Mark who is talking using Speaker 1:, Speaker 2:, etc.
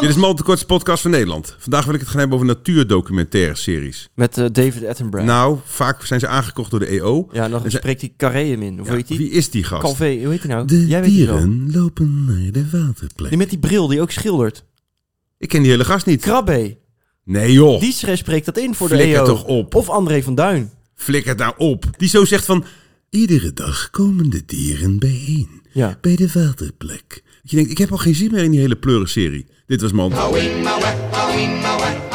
Speaker 1: Dit is Malte Kort's podcast van Nederland. Vandaag wil ik het gaan hebben over natuurdocumentaire series.
Speaker 2: Met eh, David Attenborough.
Speaker 1: Nou, vaak zijn ze aangekocht door de E EO.
Speaker 2: ja, dan
Speaker 1: En ze-
Speaker 2: spreekt die Carreum in. Of
Speaker 1: Nou, dus- Ja,
Speaker 2: weet je
Speaker 1: Wie
Speaker 2: die?
Speaker 1: is die gast?
Speaker 2: Calvé, hoe heet die nou?
Speaker 1: De
Speaker 2: Jij weet die wel.
Speaker 1: dieren lopen naar de waterplek.
Speaker 2: Die met die bril die ook schildert.
Speaker 1: Ik ken die hele gast niet.
Speaker 2: Krabbe.
Speaker 1: Nee joh,
Speaker 2: Die schre- spreekt dat in voor de
Speaker 1: Oh. Flikker
Speaker 2: EO.
Speaker 1: toch op.
Speaker 2: Of André van Duin.
Speaker 1: flik het nou op. Die zo zegt van... Iedere dag komen de dieren bijeen.
Speaker 2: Ja.
Speaker 1: Bij de waterplek. Dat Je denkt, ik heb al geen zin meer in die hele pleurenserie. Dit was Malte.
Speaker 3: Hou in maar weg, hou in maar weg,